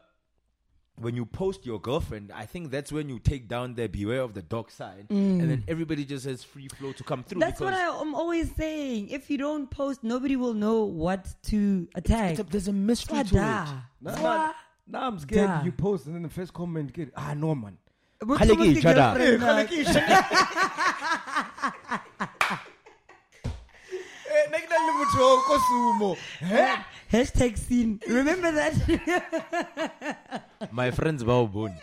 I: when you post your girlfriend, I think that's when you take down the beware of the dog sign, and then everybody just has free flow to come through.
H: Mm. That's
I: because
H: what I, am always saying. If you don't post, nobody will know what to attack.
I: it's a- there's a mystery to it.
H: Swada.
G: Nah,
H: Swa-
G: nah, nah, I'm scared.
H: Duh.
G: You post and then the first comment get ah no man.
H: But
I: Haleki
H: someone's
I: each other.
H: girlfriend, nah.
G: Hey, nigga, le motho o ko sumo he
H: Hashtag scene. Remember that?
I: my friends Baobun.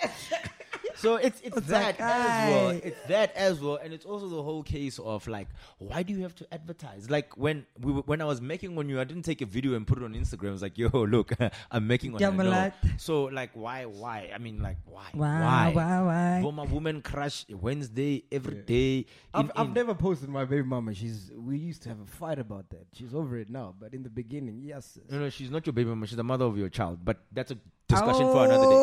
I: So it's it's
H: like,
I: that as well.
H: aye.
I: It's that as well, and it's also the whole case of like, why do you have to advertise? Like when we were, when I was making one, you I didn't take a video and put it on Instagram. I was like, yo, look, I'm making one.
H: Dumb
I: I know.
H: luck.
I: So like, why, why? I mean, like, why,
H: Why, why, why?
I: Boma woman crush Wednesday every day.
G: I've,
I: in-
G: I've
I: in-
G: never posted my baby mama. She's we used to have a fight about that. She's over it now, but in the beginning, yes.
I: No, no, she's not your baby mama. She's the mother of your child. But that's a discussion for another day.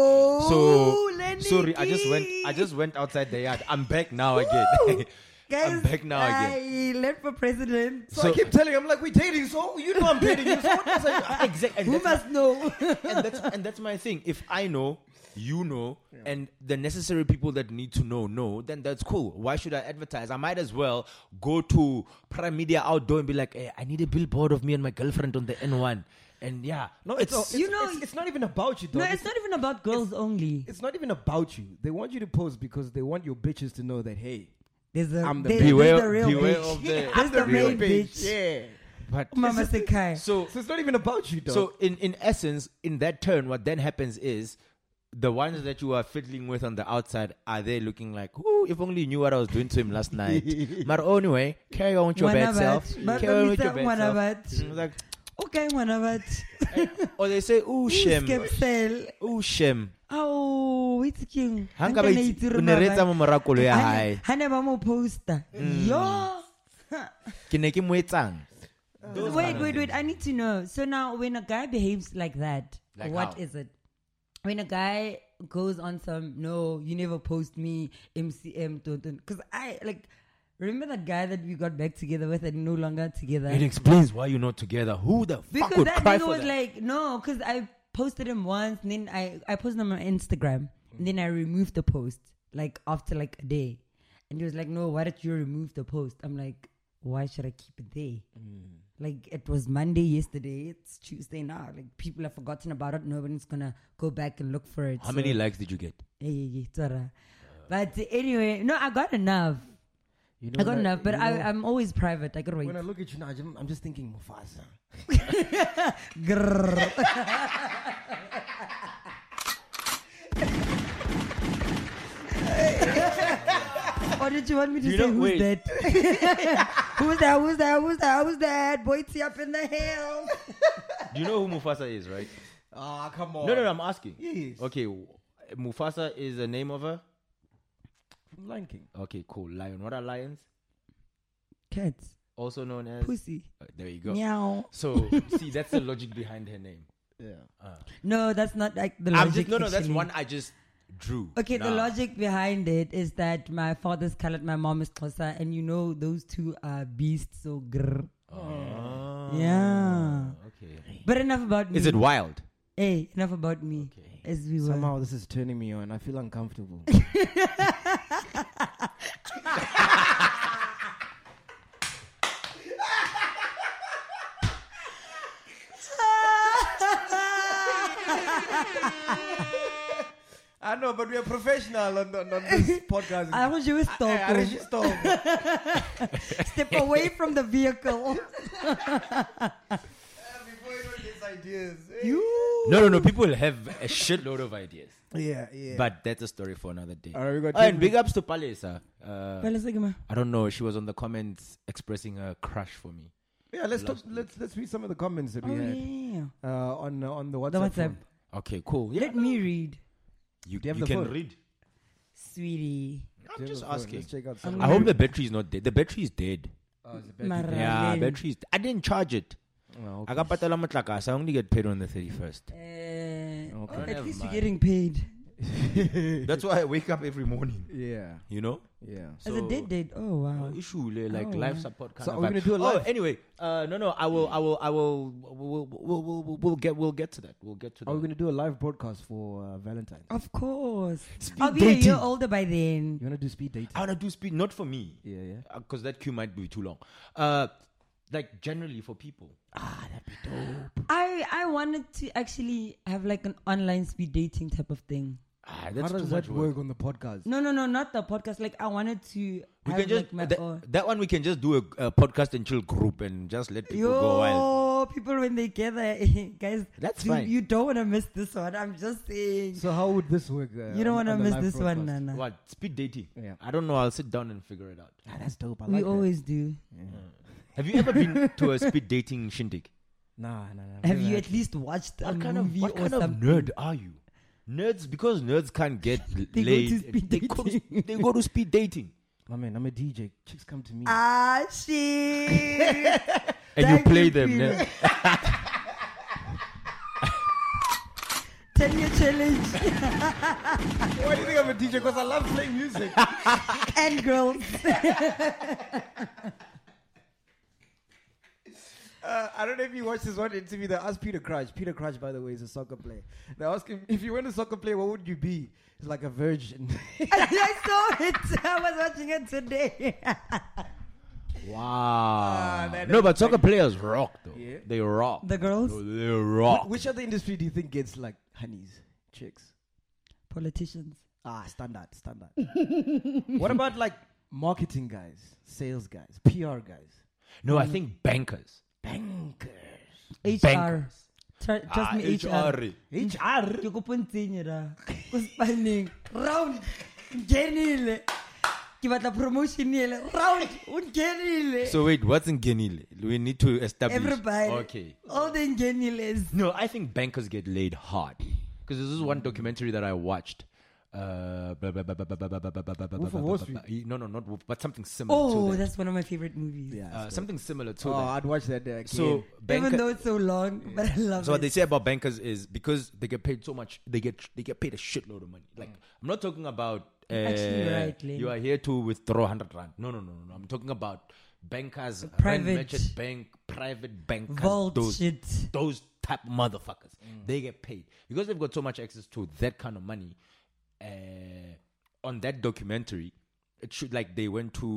H: Oh,
I: So
H: Lenny
I: sorry, I just went. I
H: Key.
I: just went outside the yard. I'm back now
H: Woo!
I: again.
H: Guys,
I: I'm back now again.
H: I left for president.
G: So, I
I: So-
G: keep telling her, I'm like, we dating, so you know I'm dating you. So what does I,
I: Exactly.
H: Who must know?
I: and that's and that's my thing. If I know, you know, and the necessary people that need to know know, then that's cool. Why should I advertise? I might as well go to Prime Media Outdoor and be like, hey, I need a billboard of me and my girlfriend on the N1. And yeah, no, it's,
H: You know-
G: it's, it's not even about you, though.
H: no, it's not even about girls only.
G: It's not even about you. They want you to post because they want your bitches to know that hey,
H: There's a,
G: I'm the
H: there- there's
I: beware,
H: the real
I: beware
H: bitch.
I: of the,
H: That's the
G: real
H: main bitch.
G: Yeah.
I: But
H: Mama Sekai.
I: so
G: So it's not even about you, though.
I: So in, in essence, in that turn, what then happens is the ones that you are fiddling with on the outside are they looking like, oh, if only you knew what I was doing to him last night. but anyway, carry on with your
H: Wanabat.
I: bad self.
H: But
I: Carry on
H: let me
I: with your
H: tell
I: bad
H: Wanabat.
I: self. Mm, like,
H: okay, Wanabat.
I: or they say, oh, shem.
H: Skip sell.
I: Oh, shem.
H: Oh, it's king.
I: Ha nka ba itse- o ne re etsa mo morao koloi ya hae. Mm.
H: Hane ba mo poster. Yo.
I: Ke ne ke mo etsang?
H: Wait, wait, wait. I need to know. So now, when a guy behaves like that, what
I: Like
H: is
I: how?
H: it? When a guy goes on some, no, you never post me, MCM, Tonton. Because I, like, remember the guy that we got back together with and no longer together?
I: It explains why you're not together. Who the fuck
H: Because
I: would
H: that
I: cry
H: nigga
I: for
H: was
I: that?
H: like, no, because I posted him once, and then I, I posted him on Instagram, and then I removed the post, like after like a day. And he was like, no, why did you remove the post? I'm like, why should I keep it there?
I: Mm.
H: Like it was Monday yesterday, it's Tuesday now. Like people have forgotten about it. Nobody's gonna go back and look for it.
I: How many
H: So,
I: likes did you get?
H: yeah, yeah, yeah, it's alright. But anyway, no, I got enough.
G: you
H: I got
G: when
H: enough, but
G: you
H: I,
G: know,
H: I'm always private. I gotta wait.
G: when I look at you now, I'm, I'm just thinking Mufasa.
H: Grrr. or did you want me to
I: You
H: say
I: know-
H: who's
I: wait.
H: that? who's that? Who's that? Who's that? Who's that? Boitsy up in the hill.
I: Do you know who Mufasa is, right?
G: Ah, come on.
I: No, no, no, I'm asking.
G: Yes.
I: Okay, w- Mufasa is the name of her?
G: From Lion King.
I: Okay, cool. Lion. What are lions?
H: Cats,
I: Also known as.
H: pussy,
I: Uh, there you go.
H: meow.
I: So see, that's the logic behind her name.
G: Yeah.
H: No, that's not like the logic.
I: I'm just no, no. That's
H: actually.
I: one I just drew.
H: Okay, the
I: Nah.
H: logic behind it is that my father's colored, my mom is Xhosa, and you know those two are beasts. So grr.
I: Ah,
H: Yeah.
I: Okay.
H: But enough about me.
I: Is it wild?
H: Hey, enough about me. As we were.
G: Somehow this is turning me on. I feel uncomfortable.
H: Ah,
G: I know, but we are professional on, on, on this podcast.
H: I was Jewish
G: I,
H: talk. Step away from the vehicle.
G: eh?
H: you.
I: No, no, no. People have a shitload of ideas,
G: Yeah, yeah.
I: but that's a story for another day.
G: All right, we got
I: Oh, and
G: ten
I: big ups to Palesa. Uh,
H: Well, it's like, ma-
I: I don't know. She was on the comments expressing her crush for me.
G: yeah, let's talk, let's let's read some of the comments that
H: Oh,
G: we had
H: yeah.
G: uh, on uh, on the WhatsApp.
H: The WhatsApp.
G: form.
I: Okay, cool. Yeah,
H: Let me read,
I: you,
G: Do you have
I: you
G: the
I: can
G: phone?
I: read.
H: sweetie.
I: I'm just asking.
G: Let's check out
H: I'm
G: some.
I: I hope the battery is not dead. The battery is dead.
H: Maraleng.
I: Yeah, battery is. I didn't charge it.
G: Oh,
I: I got patala motlakase. I only get paid on the thirty first.
H: Eh,
G: Okay.
H: oh,
I: Never
H: at least
I: mind.
H: you're getting paid.
I: That's why I wake up every morning.
G: Yeah,
I: You know.
G: yeah.
H: As a dead dead. Oh wow.
I: issue le- like
H: Oh,
I: life
H: yeah.
I: support kind
G: So
I: of
G: are we
I: vibe.
G: gonna do a
I: Oh,
G: live?
I: anyway, uh, no, no, I will, I will, I will, we'll, we'll, we'll, we'll, we'll get, we'll get to that. We'll get to that.
G: Are we going to do a live broadcast for uh, Valentine's?
H: Of course.
I: Speed
H: I'll be a year
I: dating.
H: older by then.
G: You want to do speed dating?
I: I wanna do speed, not for me,
G: Yeah, yeah.
I: because that queue might be too long. Uh, like generally for people. Ah, that'd be dope.
H: I I wanted to actually have like an online speed dating type of thing.
I: Ah, Nah, that's
G: How
I: too
G: does
I: much
G: that
I: work.
G: work on the podcast?
H: No, no, no, not the podcast. Like I wanted to
I: We
H: have
I: can just
H: like my
I: that,
H: own.
I: that one we can just do a, a podcast and chill group and just let people go wild.
H: Yo, people when they gather, guys.
I: That's
H: do-
I: fine.
H: You don't want to miss this one. I'm just saying.
G: So how would this work? Uh,
H: you don't
G: on-
H: want to
G: on the
H: miss
G: live
H: this one,
G: broadcast?
H: Nana.
I: What speed dating?
G: Yeah.
I: I don't know. I'll sit down and figure it out.
G: Ah, that's dope. I
H: we
G: like that.
H: always do.
I: Have you ever been to a speed dating shindig?
G: Nah, nah, nah.
H: Have you at least watched a
I: What kind of
H: movie
I: what
H: or
I: kind of
H: something?
I: nerd are you? Nerds because nerds can't get l-
H: They go
I: laid.
H: to speed
I: they, go to,
H: dating.
I: they go to speed dating.
G: My man, I'm a DJ. Chicks come to me.
H: Ah shit!
I: And
H: Thank
I: you play
H: you,
I: them.
H: Peter.
I: ne?
H: Ten year challenge
G: Why do you think I'm a DJ? Because I love playing music.
H: and girls.
G: Uh, I don't know if you watched this one interview. They asked Peter Crouch. Peter Crouch, by the way, is a soccer player. They asked him, if you weren't a soccer player, what would you be? He's like a virgin.
H: I saw it. I was watching it today.
I: Wow.
G: Ah, that
I: no,
G: is
I: but soccer players rock though.
G: Yeah.
I: They rock.
H: the girls,
I: they rock.
G: Which other industry do you think gets like honeys, chicks?
H: politicians.
G: Ah, standard, standard. what about like marketing guys, sales guys, PR guys,
I: No,
G: um,
I: I think bankers.
G: bankers,
H: HR.
I: Bankers.
H: Tr- trust
I: Ah,
H: me, HR.
I: HR.
G: HR?
H: ke kopa o ntsenye ra ko spaneng round nkenile ke batla promotion ele round o nkenile
I: So wait, what's in Guinea? We need to establish.
H: everybody
I: Okay.
H: all the nkeniles
I: No, I think bankers get laid hard. Because this is one
G: Mm.
I: documentary that I watched. Uh, blah, blah, blah, blah, blah, blah, blah, blah, blah, blah, blah,
G: Wolf of
I: blah,
G: Wall
I: blah,
G: Street.
I: blah. No, no, not Wolf, but something similar
H: oh
I: to that.
H: that's one of my favorite movies
G: Yeah.
I: Uh, something similar to
G: oh,
I: that.
G: I'd watch that uh, again.
I: So,
H: even though
I: banker,
H: it's so long but i love
I: so what
H: it
I: they say about bankers is because they get paid so much, they get they get paid a shitload of money. Like I'm not talking about uh,
H: Mm. Actually, right, Len.
I: you are here to withdraw hundred rand. No, no, no, no, no. I'm talking about bankers,
H: Private.
I: private bank, private bankers,
H: Vault
I: those
H: shit. Mm.
I: those type motherfuckers. They get paid because they've got so much access to that kind of money. Uh, on that documentary, it should like they went to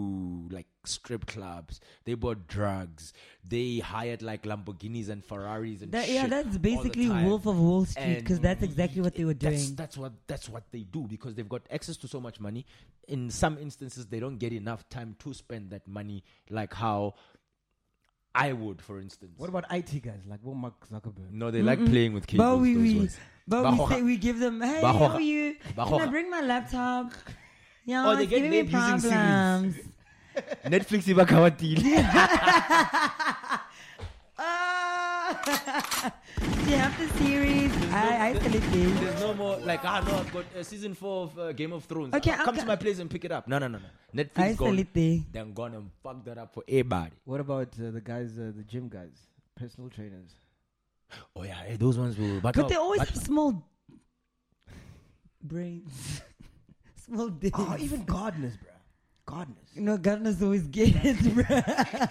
I: like strip clubs, they bought drugs, they hired like Lamborghinis and Ferraris and
H: That-
I: shit
H: yeah, that's
I: all the
H: basically
I: time.
H: Wolf of Wall Street, 'cause
I: And
H: that's exactly what they were
I: that's-
H: doing.
I: That's what that's what they do because they've got access to so much money. In some instances, they don't get enough time to spend that money, like how I would, for instance.
G: what about IT guys like what Mark Zuckerberg?
I: No, they like playing with kids.
H: but we we but we
I: Bahoga.
H: say we give them hey
I: Bahoga.
H: how are you can I
I: Bahoga.
H: bring my laptop yeah
I: Or Oh, they
H: it's
I: get
H: giving me
I: named using series.
H: problems
I: Netflix iba kawatile.
H: ah do you have the series I isolated
I: There's no more like ah no, I've got uh, season four of uh, Game of Thrones.
H: Okay,
I: Ah, come
H: okay.
I: to my place and pick it up. No, no, no, no. Netflix gone.
H: Isolate.
I: They're gone and fuck that up for everybody.
G: What about uh, the guys, uh, the gym guys, personal trainers?
I: Oh yeah, eh, those ones will. But,
H: But they always
I: but-
H: have small brains, small dicks.
G: Oh, even gardeners, bro. Gardeners.
H: you know, gardeners always get it, bruh.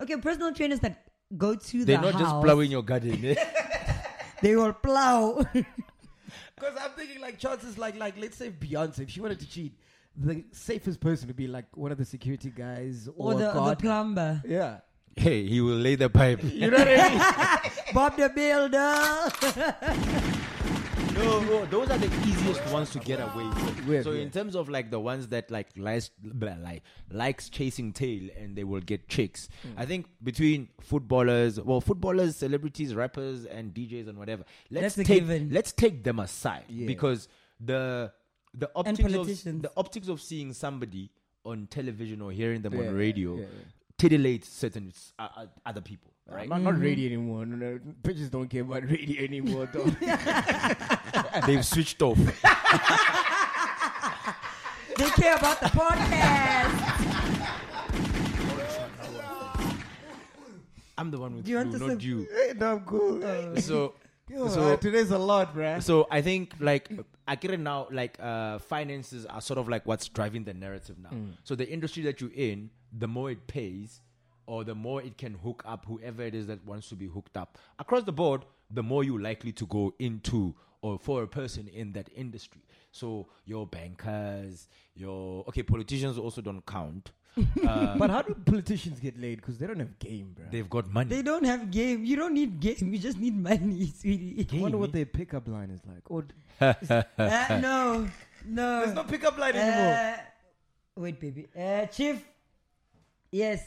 H: okay, personal trainers that go to
I: they're
H: the
I: not just
H: house,
I: plowing your garden. eh?
H: They will plow.
G: Because I'm thinking like chances like like let's say Beyonce, if she wanted to cheat, the safest person would be like one of the security guys or,
H: or
I: Oh,
H: the, the
G: guard.
H: plumber.
G: yeah.
I: hey, he will lay the pipe.
G: You know what I mean?
H: Bob the builder.
I: No, no, those are the easiest ones to get away with.
G: Weird,
I: so in
G: yeah.
I: terms of like the ones that like likes blah, like likes chasing tail and they will get chicks.
G: Hmm.
I: I think between footballers, well, footballers, celebrities, rappers, and DJs and whatever. Let's
H: That's a
I: take
H: given.
I: let's take them aside
G: Yeah.
I: because the the optics of
H: politicians.
I: the optics of seeing somebody on television or hearing them
G: Yeah,
I: on radio
G: yeah, yeah.
I: titillates certain s- uh, uh, other people, right?
G: Not, not radio anymore. No, no, bitches don't care about radio anymore. Though. Mm.
I: They've switched off.
H: they care about the podcast.
I: I'm the one with
H: Do you
I: flu,
H: want to
I: not
H: sub-
I: you.
G: no, I'm cool.
I: So.
G: Yo,
I: so-
G: uh, today's a lot, bruh.
I: so I think like I get it now. Like uh, finances are sort of like what's driving the narrative now.
G: Mm.
I: So the industry that you're in, the more it pays, or the more it can hook up whoever it is that wants to be hooked up across the board. The more you're likely to go into or for a person in that industry. So your bankers, your okay, politicians also don't count. Uh,
G: But how do politicians get laid? Because they don't have game, bro.
I: they've got money.
H: They don't have game. You don't need game. You just need money, sweetie.
G: I wonder what their pickup line is like. Or
H: Uh, no, no.
G: there's no pickup
I: Eh,
G: line anymore.
H: Uh, wait, baby. Uh, Chief, yes.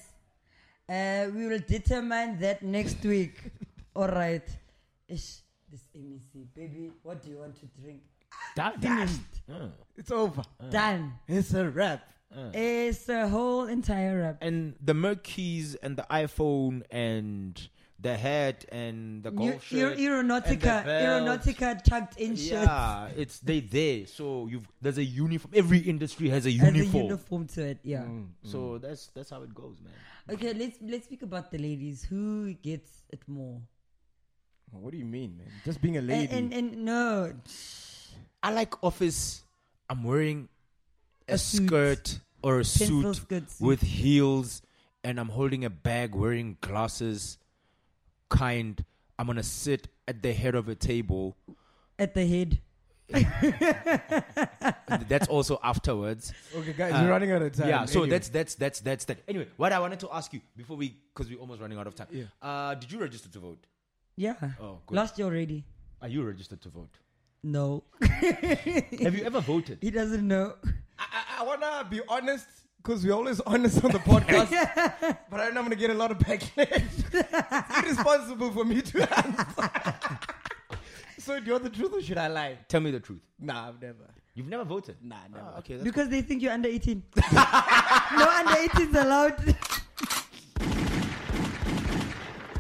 H: Uh, we will determine that next week. All right. Ish, this MEC. Baby, what do you want to drink?
I: That- Uh,
G: It's over.
H: Done.
G: It's a wrap.
H: It's a whole entire wrap.
I: and the Merkeys and the iPhone and the hat and the
H: New-
I: golf
H: aer-
I: shirt and the
H: aeronautica,
I: belt.
H: aeronautica tucked in shirt.
I: Yeah, it's they there. So you've there's a uniform. Every industry has a
H: Has a
I: uniform. Mm.
H: uniform Mm. to it, yeah.
I: So that's that's how it goes, man.
H: Okay, let's let's speak about the ladies. Who gets it more?
G: What do you mean, man? Just being a lady.
H: And, and and no,
I: I like office. I'm wearing a,
H: suit.
I: skirt or a
H: Pencil
I: suit,
H: skirt suit.
I: with heels, and I'm holding a bag, wearing glasses. Kind. I'm gonna sit at the head of a table.
H: at the head.
I: And that's also afterwards. Uh,
G: okay, guys, we're running out of time.
I: Yeah, so
G: Anyway.
I: that's that's that's that's that. Anyway, what I wanted to ask you before we, because we're almost running out of time.
G: Yeah.
I: Uh, did you register to vote?
H: Yeah.
I: Oh, good.
H: Last year already.
I: Are you registered to vote?
H: No.
I: Have you ever voted?
H: He doesn't know.
G: I, I wanna be honest because we're always honest on the podcast, but I know I'm gonna get a lot of backlash. it's irresponsible for me to answer. so, do you want the truth or should I lie?
I: Tell me the truth.
G: Nah, I've never.
I: You've never voted.
G: Nah, never.
I: Ah, okay. That's
H: Because they think you're under 18. no under 18 is allowed.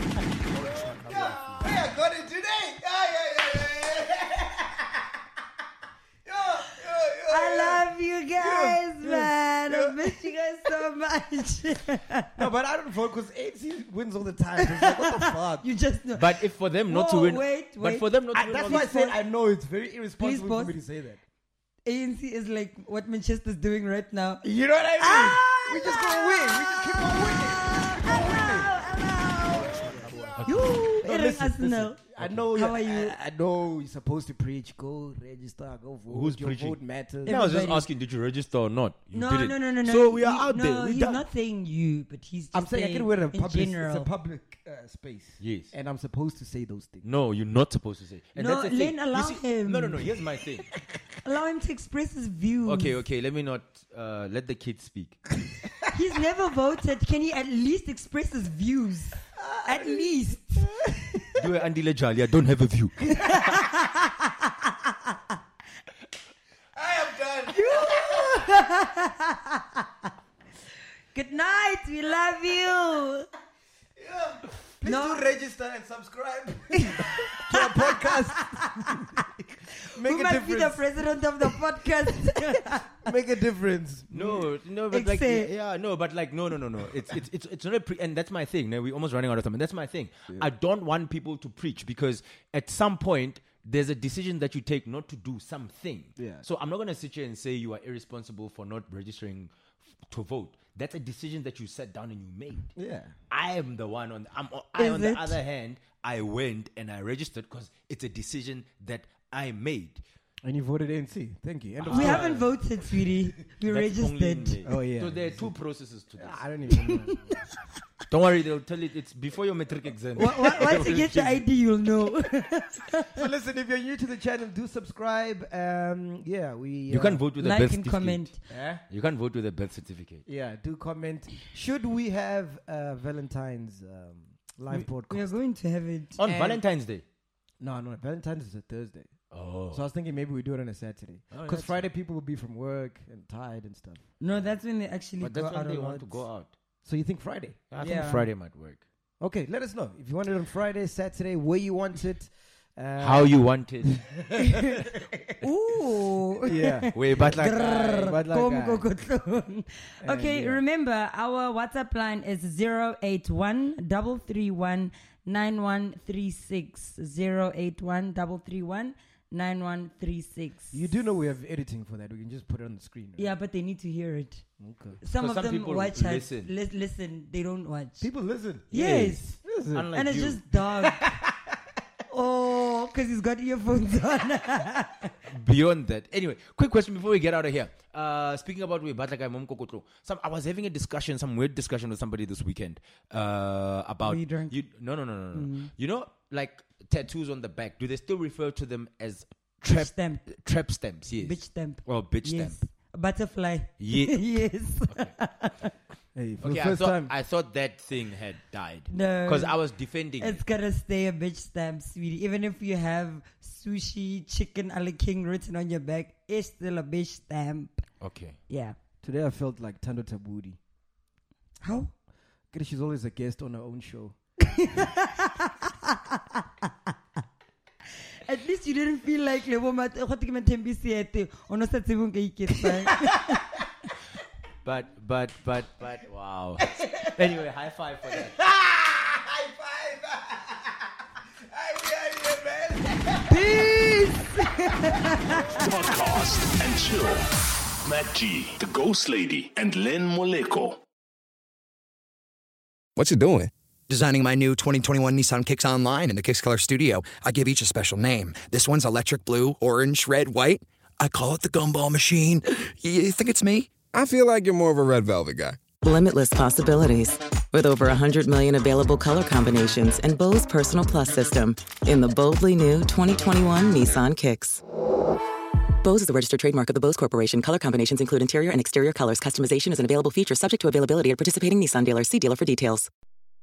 G: Hey, I got it today. Yeah, yeah, yeah, yeah, yeah. Yo, yo, yo,
H: I
G: yo.
H: love you guys,
G: yeah,
H: man. I
G: yeah.
H: miss you guys so much.
G: No, but I don't vote because AC wins all the time. It's like, what the fuck?
H: you just know.
I: But if for them not
H: Whoa,
I: to win,
H: wait,
I: but
H: wait.
I: for them not to
G: I,
I: win,
G: Ah, that's
I: all
G: why I
I: the-
G: said I know it's very irresponsible
H: Please,
G: for me to
H: boss.
G: say that.
H: ANC is like what Manchester's doing right now.
G: You know what I mean?
H: Ah,
G: we just gonna win. We just keep on winning.
H: You,
G: No,
H: Aaron
G: listen, listen.
H: Arsenal.
G: I know.
H: How are you?
G: I, I know you're supposed to preach. Go register. Go vote.
I: Who's
G: Your
I: preaching?
G: vote matters.
I: No, I was just
H: Everybody.
I: asking, did you register or not? You
H: No,
I: didn't.
H: no, no, no, no.
I: So we
H: He-
I: are out
H: no,
I: there. We
H: he's
I: done.
H: not saying you, but he's. Just
G: I'm saying I can wear a
H: in
G: public. It's a
H: general.
G: public uh, space.
I: Yes.
G: And I'm supposed to say those things.
I: No, you're not supposed to say.
H: No,
I: the thing.
H: Len, allow
I: You
H: him.
I: No, no, no. Here's my thing.
H: Allow him to express his views.
I: okay, okay. Let me not uh, let the kids speak.
H: He's never voted. Can he at least express his views? At least.
I: Do it, Andy Lejali. I don't have a view.
H: Good night. We love you.
G: Please
H: No.
G: do register and subscribe to our podcast. Make
H: Who
G: a
H: must be the
G: difference.
H: president of the podcast?
G: Make a difference.
I: No, no, but like,
H: Except-
I: yeah, no, but like, no, no, no, no. It's it's it's, it's not a pre- and that's my thing. Now we're almost running out of time. And that's my thing. I don't want people to preach because at some point there's a decision that you take not to do something.
G: Yeah.
I: So I'm not gonna sit here and say you are irresponsible for not registering f- to vote. That's a decision that you sat down and you made.
G: Yeah.
I: I am the one on. I'm. on- I,
H: Is
I: on
H: it?
I: the other hand, I went and I registered because it's a decision that I made.
G: And you voted ANC. Thank you. End
I: Ah.
G: of
H: we
G: story.
H: haven't voted, sweetie. We
I: That's only
H: registered.
I: me.
G: Oh, yeah.
I: So there are two processes to this.
G: I don't even know.
I: Don't worry, they'll tell it it's before your metric exam.
H: Wa- wa- Once you get your ID, you'll know.
G: so listen, if you're new to the channel, do subscribe. Um, yeah, we.
I: You
G: uh,
I: can't vote with a
H: like
I: birth
H: and
I: certificate.
H: comment.
G: eh?
I: You can't vote with a birth certificate.
G: Yeah, do comment. Should we have uh, Valentine's um, live
H: We are
G: broadcast?
H: going to have it.
I: On
G: And-
I: Valentine's Day.
G: No, no, Valentine's is a Thursday.
I: Oh.
G: So I was thinking maybe we do it on a Saturday. Because Friday people will be from work and tired and stuff.
H: No, that's when they actually
I: but
H: go
I: that's
H: out
I: when they
H: on
I: want to
H: what?
I: go out.
G: So you think Friday?
I: I
H: Yeah.
I: think Friday might work.
G: Okay, let us know. If you want it on Friday, Saturday, where you want it. Uh,
I: How you want it.
H: Ooh.
G: Yeah.
I: Wait, but like
G: But like,
H: Kom
G: uh,
H: kokotlong. okay, remember our WhatsApp line is 081 331 9136. 081 331 9136.
G: you do know we have editing for that. We can just put it on the screen. right?
H: Yeah, but they need to hear it.
G: Okay.
H: Some of
I: some
H: them
I: people
H: watch
I: listen.
H: us. Lis- listen, they don't watch.
G: People listen.
H: yes.
G: Listen.
I: Unlike
H: and it's
I: you.
H: just dog. oh, because he's got earphones on.
I: beyond that. Anyway, quick question before we get out of here. Uh, speaking about we batla guy mom kokotlo. Some I was having a discussion, some weird discussion with somebody this weekend. Uh, about
H: Were you drunk?
I: no no no no no.
H: Mm.
I: You know, like tattoos on the back. Do they still refer to them as trap
H: stamp.
I: Trap stamps. Yes.
H: bitch stamp.
I: Well, bitch
H: yes.
I: stamp.
H: Butterfly.
I: Ye-
H: yes.
G: Hey, for
I: Okay,
G: the
I: I
G: first
I: thought
G: time,
I: I thought that thing had died.
H: No.
I: because I was defending.
H: It's
I: it.
H: gonna stay a bitch stamp, sweetie. Even if you have sushi, chicken, a la king written on your back, it's still a bitch stamp.
I: Okay,
H: Yeah.
G: today I felt like Tando Tabudi.
H: How?
G: Because she's always a guest on her own show.
H: At least you didn't feel like le woman go te ke Mthembi Seete, o no sa tsebe nka iketsang.
I: but but but but wow. anyway, high five for that.
E: Podcast and chill. Matt G, the Ghost Lady, and Len Moleko.
J: What you doing? Designing my new 2021 Nissan Kicks online in the Kicks Color Studio. I give each a special name. This one's electric blue, orange, red, white. I call it the gumball machine. You think it's me? I feel like you're more of a red velvet guy.
K: Limitless possibilities. With over 100 million available color combinations and Bose Personal Plus system in the boldly new 2021 Nissan Kicks. Bose is a registered trademark of the Bose Corporation. Color combinations include interior and exterior colors. Customization is an available feature subject to availability at participating Nissan dealers. See dealer for details.